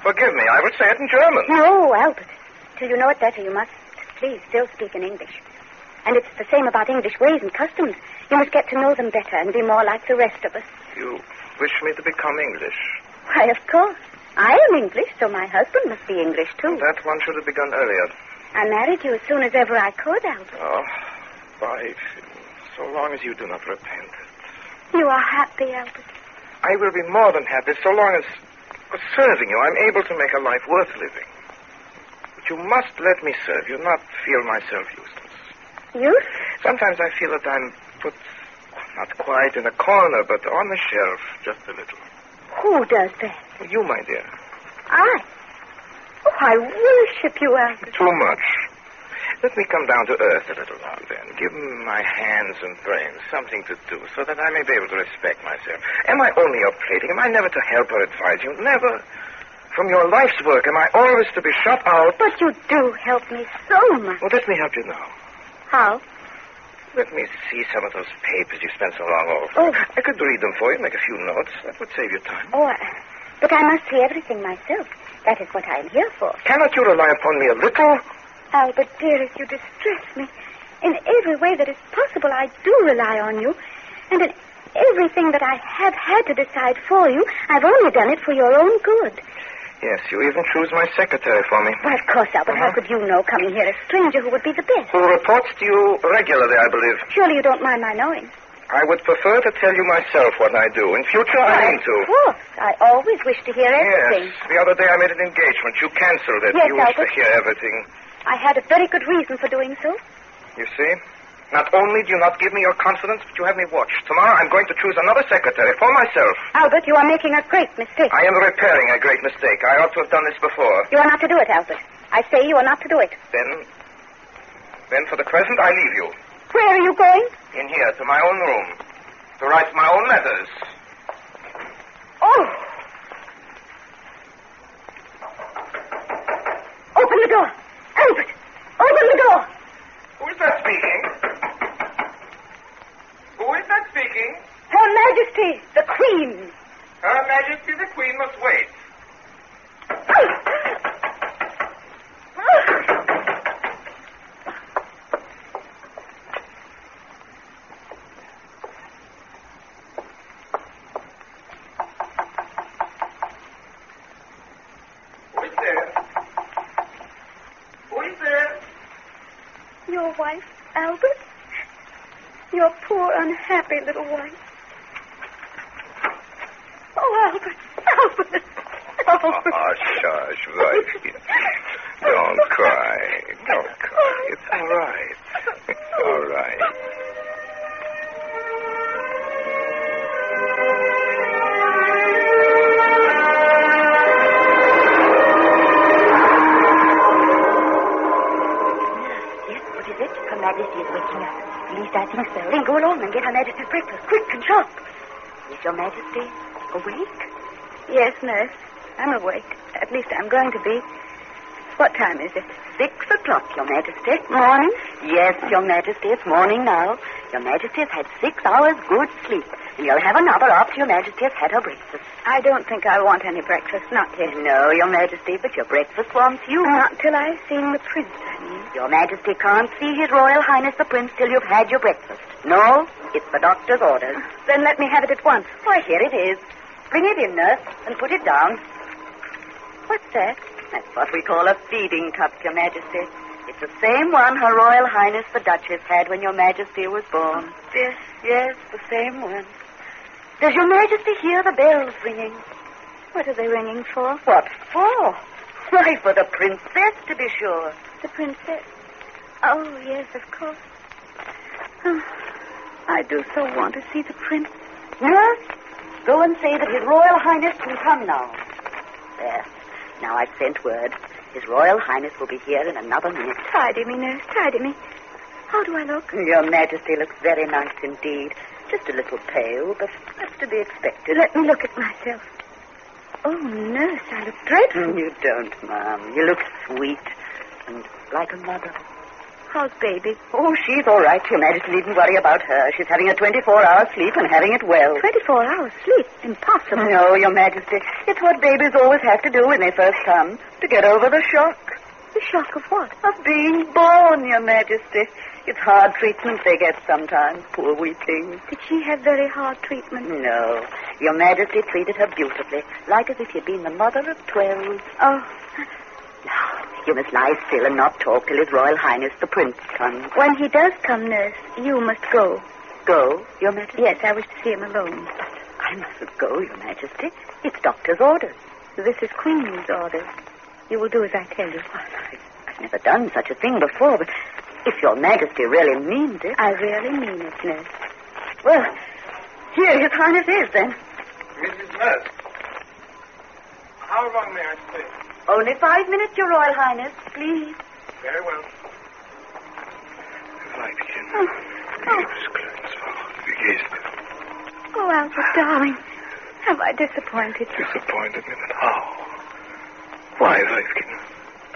Speaker 2: Forgive me, I would say it in German.
Speaker 7: No, Albert. Till oh, you know it better, you must please still speak in English. And it's the same about English ways and customs. You must get to know them better and be more like the rest of us.
Speaker 2: You wish me to become English.
Speaker 7: Why, of course. I am English, so my husband must be English, too.
Speaker 2: That one should have begun earlier.
Speaker 7: I married you as soon as ever I could, Albert.
Speaker 2: Oh, why, so long as you do not repent.
Speaker 7: You are happy, Albert.
Speaker 2: I will be more than happy so long as for serving you I'm able to make a life worth living. But you must let me serve you, not feel myself useless.
Speaker 7: You?
Speaker 2: Sometimes I feel that I'm put not quite in a corner, but on the shelf, just a little.
Speaker 7: Who does that?
Speaker 2: You, my dear.
Speaker 7: I. Oh, I worship you, Albert.
Speaker 2: Too much. Let me come down to earth a little now, then. Give my hands and brains something to do so that I may be able to respect myself. Am I only your plating? Am I never to help or advise you? Never. From your life's work, am I always to be shut out?
Speaker 7: But you do help me so much.
Speaker 2: Well, let me help you now.
Speaker 7: How?
Speaker 2: Let me see some of those papers you spent so long over.
Speaker 7: Oh.
Speaker 2: I could read them for you, make a few notes. That would save you time.
Speaker 7: Oh, I- but I must see everything myself. That is what I am here for.
Speaker 2: Cannot you rely upon me a little?
Speaker 7: Albert, Oh, dearest, you distress me. In every way that is possible, I do rely on you. And in everything that I have had to decide for you, I've only done it for your own good.
Speaker 2: Yes, you even choose my secretary for me.
Speaker 7: Why, of course, Albert, how could you know, coming here, a stranger who would be the best?
Speaker 2: Who reports to you regularly, I believe.
Speaker 7: Surely you don't mind my knowing.
Speaker 2: I would prefer to tell you myself what I do. In future, I mean to.
Speaker 7: Of course. I always wish to hear everything.
Speaker 2: Yes. The other day I made an engagement. You canceled it.
Speaker 7: Yes,
Speaker 2: you wish to
Speaker 7: Albert.
Speaker 2: hear everything.
Speaker 7: I had a very good reason for doing so.
Speaker 2: You see? Not only do you not give me your confidence, but you have me watched. Tomorrow I'm going to choose another secretary for myself.
Speaker 7: Albert, you are making a great mistake.
Speaker 2: I am repairing a great mistake. I ought to have done this before.
Speaker 7: You are not to do it, Albert. I say you are not to do it.
Speaker 2: Then. Then for the present, I leave you.
Speaker 7: Where are you going?
Speaker 2: In here, to my own room. To write my own letters.
Speaker 7: Oh! Open the door. Albert, open the door.
Speaker 2: Who is that speaking? Who is that speaking?
Speaker 7: Her Majesty, the Queen.
Speaker 2: Her Majesty the Queen must wait.
Speaker 7: Your wife, Albert? Your poor, unhappy little wife. Oh, Albert, Albert, Albert.
Speaker 2: Ah, shush, Vasya. Don't cry. Don't cry. It's all right. It's all right.
Speaker 7: Yes, what is it? Her Majesty is waking up. At least I think so. Then go along and get Her Majesty's breakfast, quick and sharp. Is Your Majesty awake? Yes, nurse. I'm awake. At least I'm going to be. What time is it? Six o'clock, Your Majesty. Morning? Yes, Your Majesty, it's morning now. Your Majesty has had six hours good sleep, and you'll have another after Your Majesty has had her breakfast. I don't think I want any breakfast, not yet. No, Your Majesty, but your breakfast wants you. Not till I've seen the prince, I mean. Your Majesty can't see His Royal Highness the Prince till you've had your breakfast. No, it's the doctor's orders. Then let me have it at once. Why, here it is. Bring it in, nurse, and put it down. What's that? That's what we call a feeding cup, Your Majesty. It's the same one Her Royal Highness the Duchess had when Your Majesty was born. Yes, yes, the same one. Does Your Majesty hear the bells ringing? What are they ringing for? What for? Why, for the princess, to be sure. The princess? Oh, yes, of course. Oh, I do so want to see the prince. Nurse, go and say that His Royal Highness can come now. There. Now I've sent word. His Royal Highness will be here in another minute. Tidy me, nurse. Tidy me. How do I look? Your Majesty looks very nice indeed. Just a little pale, but that's to be expected. Let me look at myself. Oh, nurse, I look dreadful. Mm, You don't, ma'am. You look sweet and like a mother. How's baby? Oh, she's all right. Your Majesty needn't worry about her. She's having a 24-hour sleep and having it well. 24 hours sleep? Impossible. No, oh, Your Majesty. It's what babies always have to do when they first come, to get over the shock. The shock of what? Of being born, Your Majesty. It's hard treatment they get sometimes, poor wee things. Did she have very hard treatment? No. Your Majesty treated her beautifully, like as if she'd been the mother of twelve. Oh, now, you must lie still and not talk till His Royal Highness the Prince comes. When he does come, nurse, you must go. Go, Your Majesty? Yes, I wish to see him alone. But I mustn't go, Your Majesty. It's doctor's orders. This is Queen's orders. You will do as I tell you. I, I've never done such a thing before, but if Your Majesty really means it. I really mean it, nurse. Well, here His Highness is, then.
Speaker 10: Mrs. Nurse, how long may I stay?
Speaker 7: Only five minutes, Your Royal Highness, please.
Speaker 10: Very well.
Speaker 2: Weibchen,
Speaker 7: Oh, oh,
Speaker 2: liebes kleines Frau, wie geht's dir?
Speaker 7: oh, Albert, darling. Have I disappointed you?
Speaker 2: Disappointed me, but how? Why, Weibchen?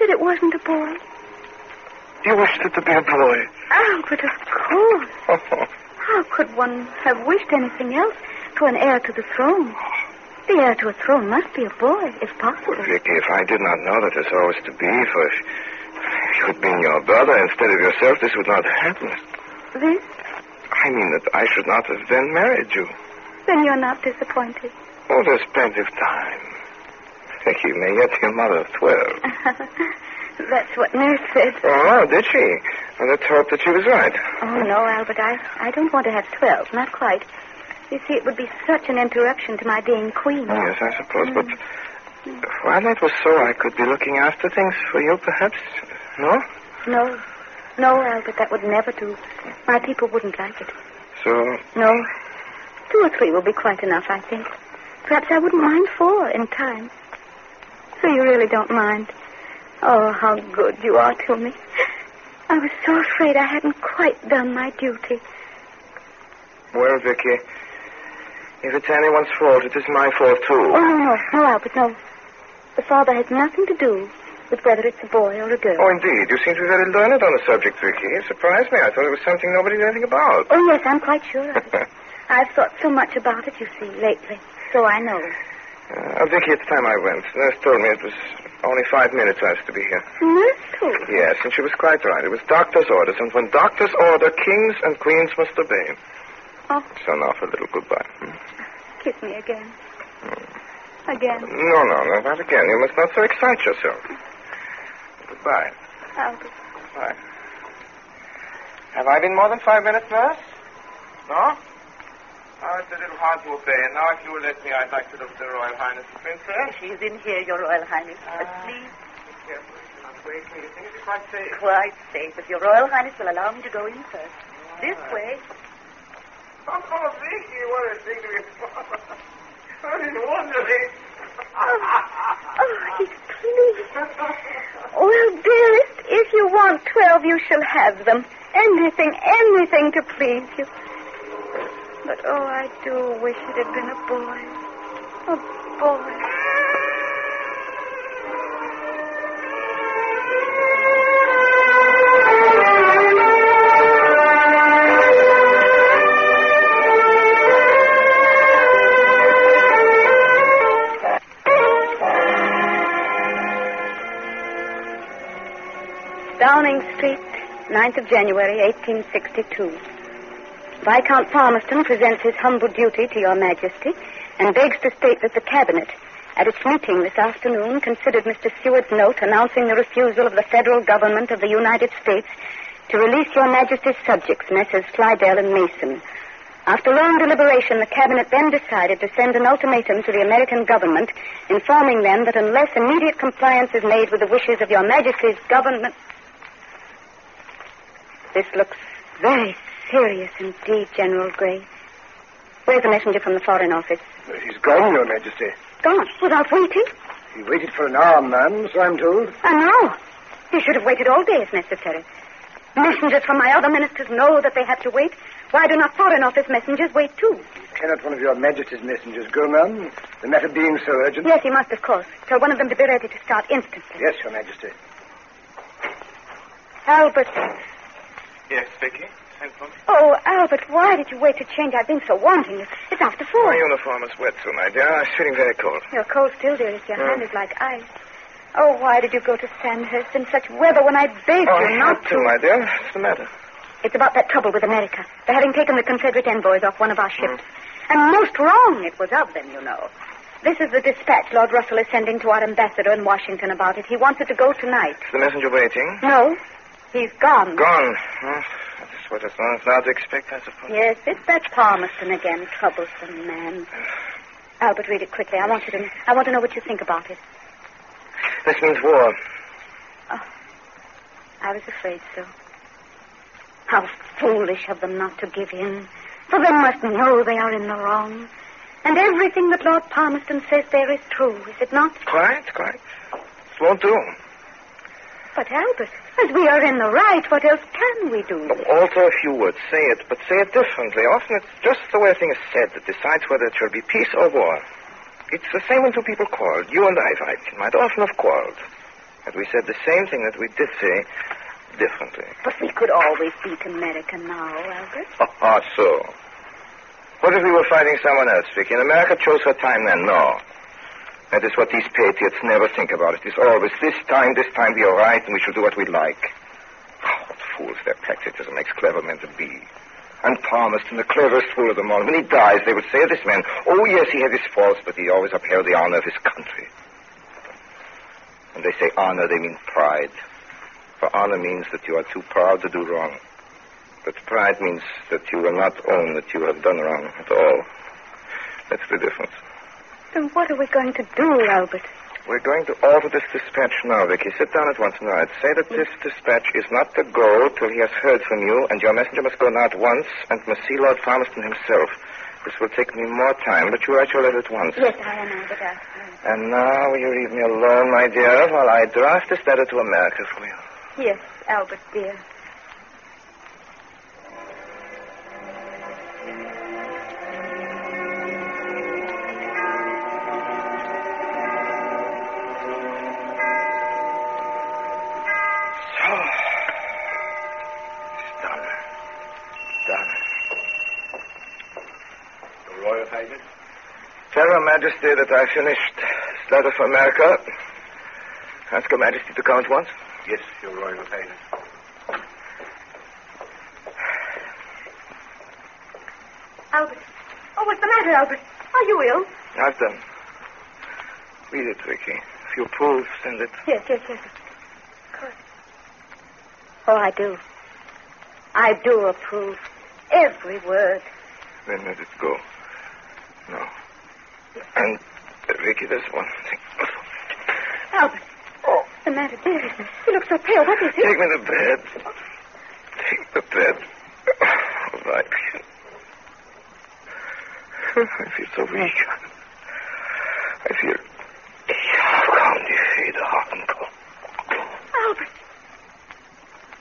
Speaker 7: That it wasn't a boy?
Speaker 2: You wished it to be a boy.
Speaker 7: Albert, of course.
Speaker 2: Oh,
Speaker 7: How could one have wished anything else to an heir to the throne? The heir to a throne must be a boy, if possible.
Speaker 2: Vicky, if I did not know that it's always to be, for if you had been your brother instead of yourself, this would not have happened.
Speaker 7: This?
Speaker 2: I mean that I should not have then married you.
Speaker 7: Then you're not disappointed.
Speaker 2: Oh, there's plenty of time. Vicky may yet be a mother of twelve.
Speaker 7: That's what nurse said.
Speaker 2: Oh, did she? Well, let's hope that she was right.
Speaker 7: Oh, no, Albert, I, I don't want to have twelve, not quite. You see, it would be such an interruption to my being queen.
Speaker 2: Oh, yes, I suppose, but while that was so, I could be looking after things for you, perhaps. No?
Speaker 7: No, no, Albert, that would never do. My people wouldn't like it.
Speaker 2: So,
Speaker 7: No, two or three will be quite enough, I think. Perhaps I wouldn't mind four in time. So you really don't mind? Oh, how good you are to me. I was so afraid I hadn't quite done my duty.
Speaker 2: well, Vicky, if it's anyone's fault, it is my fault, too.
Speaker 7: Oh, no, no, no, Albert, no. The father has nothing to do with whether it's a boy or a girl.
Speaker 2: Oh, indeed. You seem to be very learned on the subject, Vicky. It surprised me. I thought it was something nobody knew anything about.
Speaker 7: Oh, yes, I'm quite sure. of it. I've thought so much about it, you see, lately, so I know.
Speaker 2: Uh, Vicky, it's time I went. Nurse told me it was only five minutes I was to be here.
Speaker 7: Nurse, too.
Speaker 2: Yes, and she was quite right. It was doctor's orders, and when doctors order, kings and queens must obey.
Speaker 7: Oh.
Speaker 2: So now for a little goodbye. Hmm?
Speaker 7: Kiss me again. Again,
Speaker 2: No, no, no, not again. You must not so excite yourself. Goodbye.
Speaker 7: Albert.
Speaker 2: Goodbye.
Speaker 11: Have I been more than five minutes, nurse?
Speaker 12: No? Oh, it's a little hard to obey. And now, if you will let me, I'd like to look at the Royal Highness the Princess.
Speaker 13: She's in here, Your Royal Highness.
Speaker 2: Ah.
Speaker 13: Asleep.
Speaker 12: Careful, she must wake me. You think it'd be quite safe?
Speaker 13: Quite safe. If Your Royal Highness will allow me to go in first. This way.
Speaker 12: Oh, Vicky, what a thing to be I didn't want to be.
Speaker 7: Oh, he's pleased. Well, dearest, if you want twelve, you shall have them. Anything, anything to please you. But, oh, I do wish it had been a boy. A boy. Downing Street, 9th of January, 1862. Viscount Palmerston presents his humble duty to your majesty and begs to state that the cabinet, at its meeting this afternoon, considered Mr. Seward's note announcing the refusal of the federal government of the United States to release your majesty's subjects, Messrs. Slidell and Mason. After long deliberation, the cabinet then decided to send an ultimatum to the American government informing them that unless immediate compliance is made with the wishes of your majesty's government... This looks very serious indeed, General Gray. Where's the messenger from the Foreign Office?
Speaker 10: Uh, He's gone, Your Majesty.
Speaker 7: Gone without waiting?
Speaker 10: He waited for an hour, ma'am, so I'm told.
Speaker 7: eh? I know. He should have waited all day if necessary. Messengers from my other ministers know that they have to wait. Why do not Foreign Office messengers wait too?
Speaker 10: Cannot one of Your Majesty's messengers go, ma'am? The matter being so urgent.
Speaker 7: Yes, he must, of course. Tell one of them to be ready to start instantly.
Speaker 10: Yes, Your Majesty.
Speaker 7: Albert.
Speaker 12: Yes, Vicky. Send for me.
Speaker 7: Oh, Albert, why did you wait to change? I've been so wanting you. It's after four.
Speaker 2: My uniform is wet, so, my dear. I'm feeling very cold.
Speaker 7: You're cold still, dearest. Your hand is like ice. Oh, why did you go to Sandhurst in such weather when I begged
Speaker 2: oh,
Speaker 7: you not
Speaker 2: to, my dear. What's the matter?
Speaker 7: It's about that trouble with America. They're having taken the Confederate envoys off one of our ships. And most wrong it was of them, you know. This is the dispatch Lord Russell is sending to our ambassador in Washington about it. He wants it to go tonight.
Speaker 2: Is the messenger waiting?
Speaker 7: No, he's gone.
Speaker 2: Gone. Well, that's what as long as now to expect, I suppose.
Speaker 7: Yes, it's that Palmerston again, troublesome man. Albert, read it quickly. I want you to. I want to know what you think about it.
Speaker 2: This means war.
Speaker 7: I was afraid so. How foolish of them not to give in, for they must know they are in the wrong. And everything that Lord Palmerston says there is true, is it not?
Speaker 2: Quiet, quiet. This won't do.
Speaker 7: But, Albert, as we are in the right, what else can we do?
Speaker 2: Also, if you would, say it, but say it differently. Often it's just the way a thing is said that decides whether it shall be peace or war. It's the same when two people quarreled. You and I, Vike, might often have quarreled. But we said the same thing that we did say differently.
Speaker 7: But we could always beat America now, Albert.
Speaker 2: Ah, so. What if we were fighting someone else, Vicky? And America chose her time then? No. That is what these patriots never think about. It is always this time, this time we are right, and we shall do what we like. Oh, what fools their patriotism makes clever men to be. And Palmerston, the cleverest fool of them all. When he dies, they would say of this man, oh, yes, he had his faults, but he always upheld the honor of his country. When they say honor, they mean pride. For honor means that you are too proud to do wrong. But pride means that you will not own that you have done wrong at all. That's the difference.
Speaker 7: Then what are we going to do, Albert?
Speaker 2: We're going to alter this dispatch now, Vicky. Sit down at once now. I'd say that this dispatch is not to go till he has heard from you, and your messenger must go now at once and must see Lord Palmerston himself. This will take me more time, but you write your letter at once.
Speaker 7: Yes, I am, Albert. I-
Speaker 2: And now will you leave me alone, my dear, while I draft this letter to America for you?
Speaker 7: Yes, Albert, dear.
Speaker 2: So, it's done. Done.
Speaker 12: Your Royal Highness?
Speaker 2: Tell Her Majesty that I finished this letter for America. Ask Her Majesty to come at once.
Speaker 12: Yes, Your Royal Highness.
Speaker 7: Albert. Oh, what's the matter, Albert? Are you ill?
Speaker 2: I've done. Read it, Vicky. If you approve, send it.
Speaker 7: Yes, yes, yes. Of course. Oh, I do. I do approve. Every word.
Speaker 2: Then let it go. No. And, uh, Vicky, there's one thing.
Speaker 14: Albert. Oh. The matter, dear. You look so pale. What is it?
Speaker 2: Take me to bed. Take the bed. All right. I feel so weak. I feel. Come, dear, the heart and cold.
Speaker 14: Albert.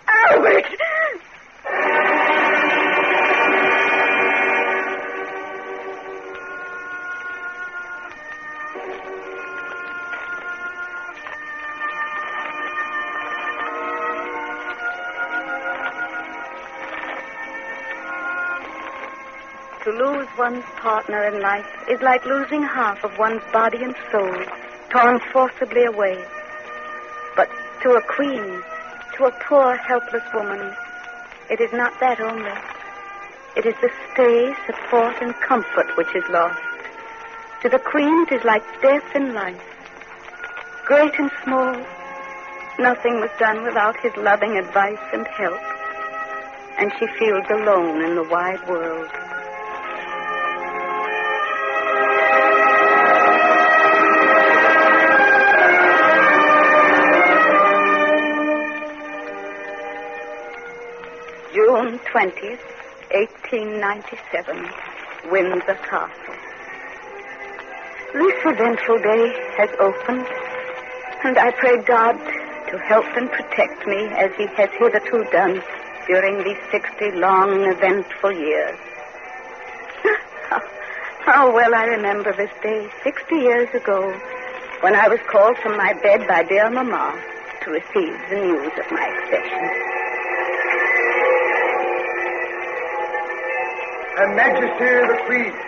Speaker 14: Albert!
Speaker 7: To lose one's partner in life is like losing half of one's body and soul, torn forcibly away. But to a queen, to a poor, helpless woman, it is not that only. It is the stay, support, and comfort which is lost. To the queen, it is like death in life. Great and small, nothing was done without his loving advice and help. And she feels alone in the wide world. June 20th, 1897, Windsor Castle. This eventful day has opened, and I pray God to help and protect me as He has hitherto done during these 60 long, eventful years. How- How well I remember this day, 60 years ago, when I was called from my bed by dear Mamma to receive the news of my accession.
Speaker 15: Her Majesty the Queen.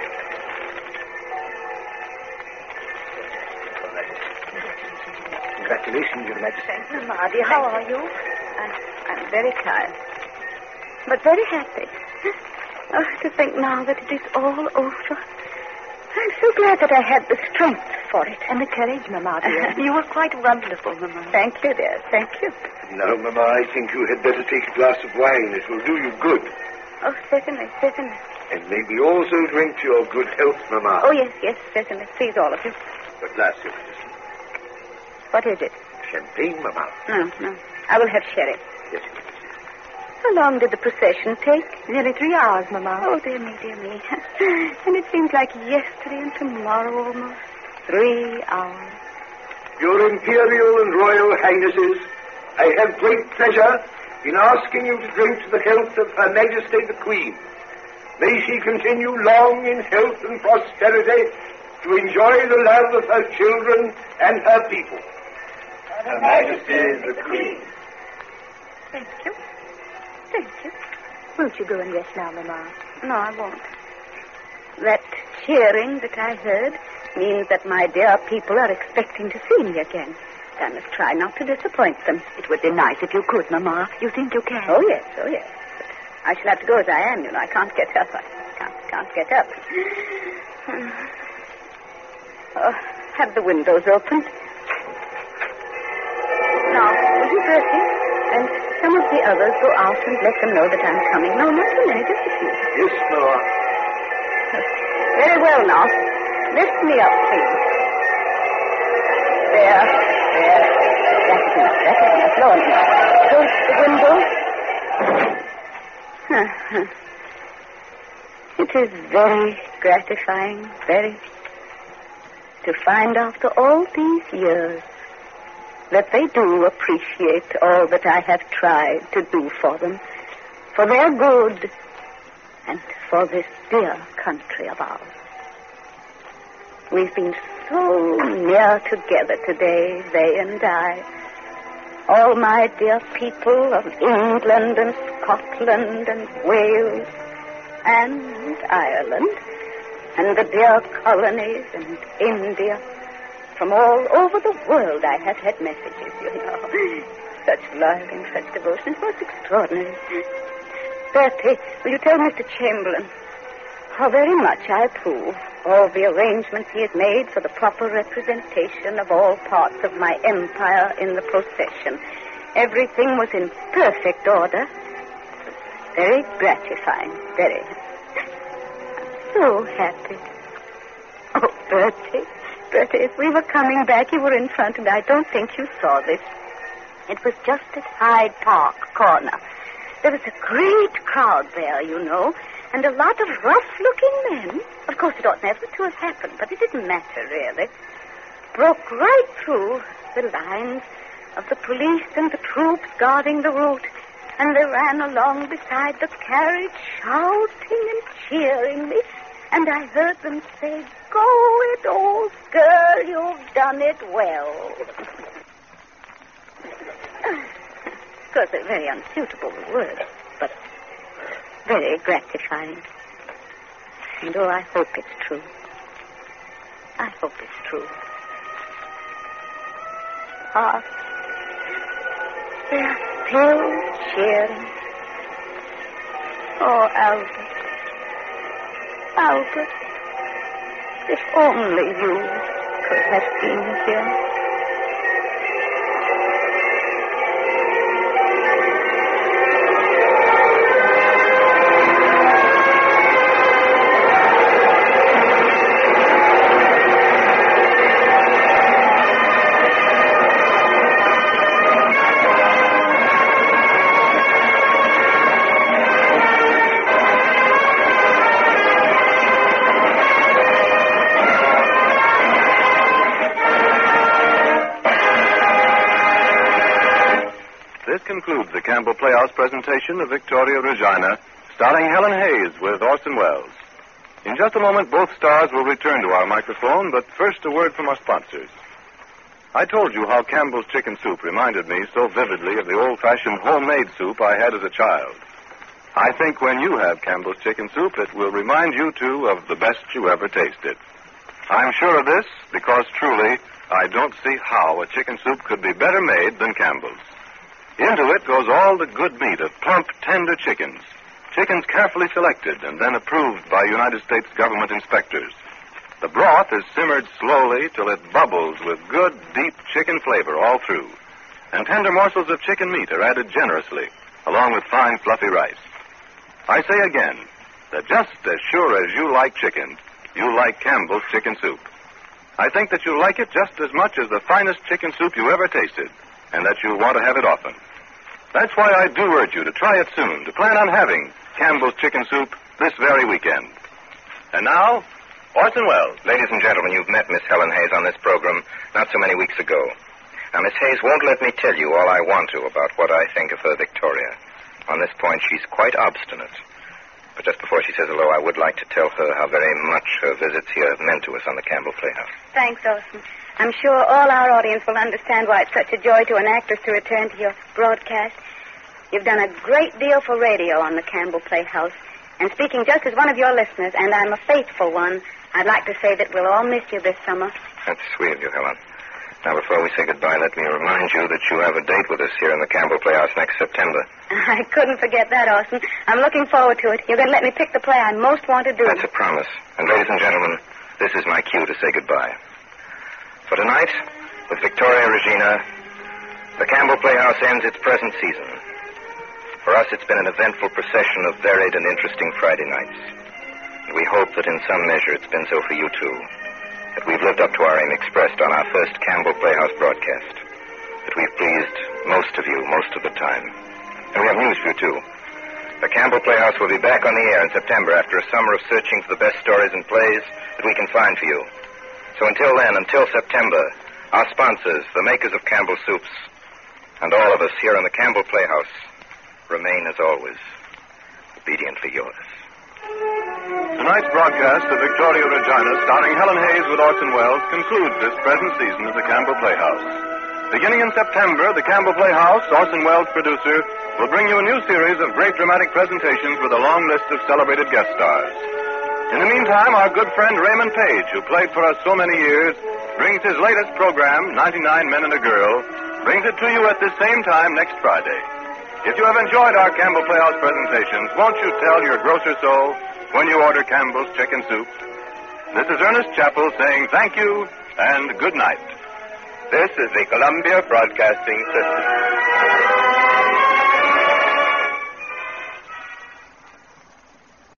Speaker 15: Congratulations, Your Majesty.
Speaker 7: Mamma, dear, how are you? I'm, I'm very tired, but very happy. Oh, to think now that it is all over. I'm so glad that I had the strength for it. And the courage, Mamma,
Speaker 16: dear.
Speaker 7: you were quite wonderful, Mamma. Thank you, dear. Thank you.
Speaker 5: Now, Mamma, I think you had better take a glass of wine. It will do you good.
Speaker 7: Oh, certainly, certainly.
Speaker 5: And may we also drink to your good health, Mamma.
Speaker 7: Oh, yes, yes, certainly. Please, all of you.
Speaker 5: A glass, Your Majesty.
Speaker 7: What is it?
Speaker 5: Champagne, Mamma.
Speaker 7: No, no. I will have sherry.
Speaker 5: Yes,
Speaker 7: How long did the procession take? Nearly three hours, Mamma. Oh, dear me, dear me. and it seems like yesterday and tomorrow almost. Three hours.
Speaker 5: Your Imperial and Royal Highnesses, I have great pleasure in asking you to drink to the health of Her Majesty the Queen. May she continue long in health and prosperity to enjoy the love of her children and her people. Her Majesty the Queen.
Speaker 7: Thank you. Thank you. Won't you go and rest now, Mamma? No, I won't. That cheering that I heard means that my dear people are expecting to see me again. I must try not to disappoint them. It would be nice if you could, Mamma. You think you can? Oh, yes, oh, yes. But I shall have to go as I am, you know. I can't get up. I can't, can't get up. Oh, have the windows opened. Now, will you Bertie and some of the others go out and let them know that I'm coming? No, not too many, just a few.
Speaker 5: Yes, Mamma.
Speaker 7: Very well now. Lift me up, please. There, there. That is enough. That is enough. Lower me. Close the window. Huh. It is very gratifying, very, to find after all these years that they do appreciate all that I have tried to do for them, for their good, and for this dear country of ours. We've been so near together today, they and I. All my dear people of England and Scotland and Wales and Ireland and the dear colonies and India. From all over the world I have had messages, you know. Such love and such devotion. It was extraordinary. Bertie, will you tell Mr. Chamberlain how very much I approve all the arrangements he has made for the proper representation of all parts of my empire in the procession. Everything was in perfect order. Very gratifying. Very. So happy. Oh, Bertie. Bertie, if we were coming back, you were in front, and I don't think you saw this. It was just at Hyde Park corner. There was a great crowd there, you know, and a lot of rough-looking men. Of course, it ought never to have happened, but it didn't matter, really. Broke right through the lines of the police and the troops guarding the route, and they ran along beside the carriage, shouting and cheering me. And I heard them say, Go it, old girl, you've done it well. Of course, they're very unsuitable words, but very gratifying. And oh, I hope it's true. I hope it's true. Ah, they're still cheering. Oh, Albert. Albert, if only you could have been here.
Speaker 9: This concludes the Campbell Playhouse presentation of Victoria Regina, starring Helen Hayes with Orson Welles. In just a moment, both stars will return to our microphone, but first a word from our sponsors. I told you how Campbell's chicken soup reminded me so vividly of the old fashioned homemade soup I had as a child. I think when you have Campbell's chicken soup, it will remind you, too, of the best you ever tasted. I'm sure of this because truly, I don't see how a chicken soup could be better made than Campbell's. Into it goes all the good meat of plump, tender chickens. Chickens carefully selected and then approved by United States government inspectors. The broth is simmered slowly till it bubbles with good, deep chicken flavor all through. And tender morsels of chicken meat are added generously, along with fine, fluffy rice. I say again that just as sure as you like chicken, you like Campbell's chicken soup. I think that you like it just as much as the finest chicken soup you ever tasted, and that you want to have it often. That's why I do urge you to try it soon, to plan on having Campbell's chicken soup this very weekend. And now, Orson Welles.
Speaker 2: Ladies and gentlemen, you've met Miss Helen Hayes on this program not so many weeks ago. Now, Miss Hayes won't let me tell you all I want to about what I think of her Victoria. On this point, she's quite obstinate. But just before she says hello, I would like to tell her how very much her visits here have meant to us on the Campbell Playhouse.
Speaker 7: Thanks, Orson. I'm sure all our audience will understand why it's such a joy to an actress to return to your broadcast. You've done a great deal for radio on the Campbell Playhouse. And speaking just as one of your listeners, and I'm a faithful one, I'd like to say that we'll all miss you this summer.
Speaker 2: That's sweet of you, Helen. Now, before we say goodbye, let me remind you that you have a date with us here in the Campbell Playhouse next September.
Speaker 7: I couldn't forget that, Orson. I'm looking forward to it. You're going to let me pick the play I most want to do.
Speaker 2: That's a promise. And, ladies and gentlemen, this is my cue to say goodbye. For tonight, with Victoria Regina, the Campbell Playhouse ends its present season. For us, it's been an eventful procession of varied and interesting Friday nights. And we hope that in some measure it's been so for you too. That we've lived up to our aim expressed on our first Campbell Playhouse broadcast. That we've pleased most of you most of the time. And we have news for you too. The Campbell Playhouse will be back on the air in September after a summer of searching for the best stories and plays that we can find for you. So until then, until September, our sponsors, the makers of Campbell Soups, and all of us here in the Campbell Playhouse remain, as always, obediently yours.
Speaker 9: Tonight's broadcast of Victoria Regina, starring Helen Hayes with Orson Welles, concludes this present season of the Campbell Playhouse. Beginning in September, the Campbell Playhouse, Orson Welles producer, will bring you a new series of great dramatic presentations with a long list of celebrated guest stars. In the meantime, our good friend Raymond Page, who played for us so many years, brings his latest program, 99 Men and a Girl, brings it to you at this same time next Friday. If you have enjoyed our Campbell Playhouse presentations, won't you tell your grocer so when you order Campbell's chicken soup? This is Ernest Chappell saying thank you and good night.
Speaker 17: This is the Columbia Broadcasting System.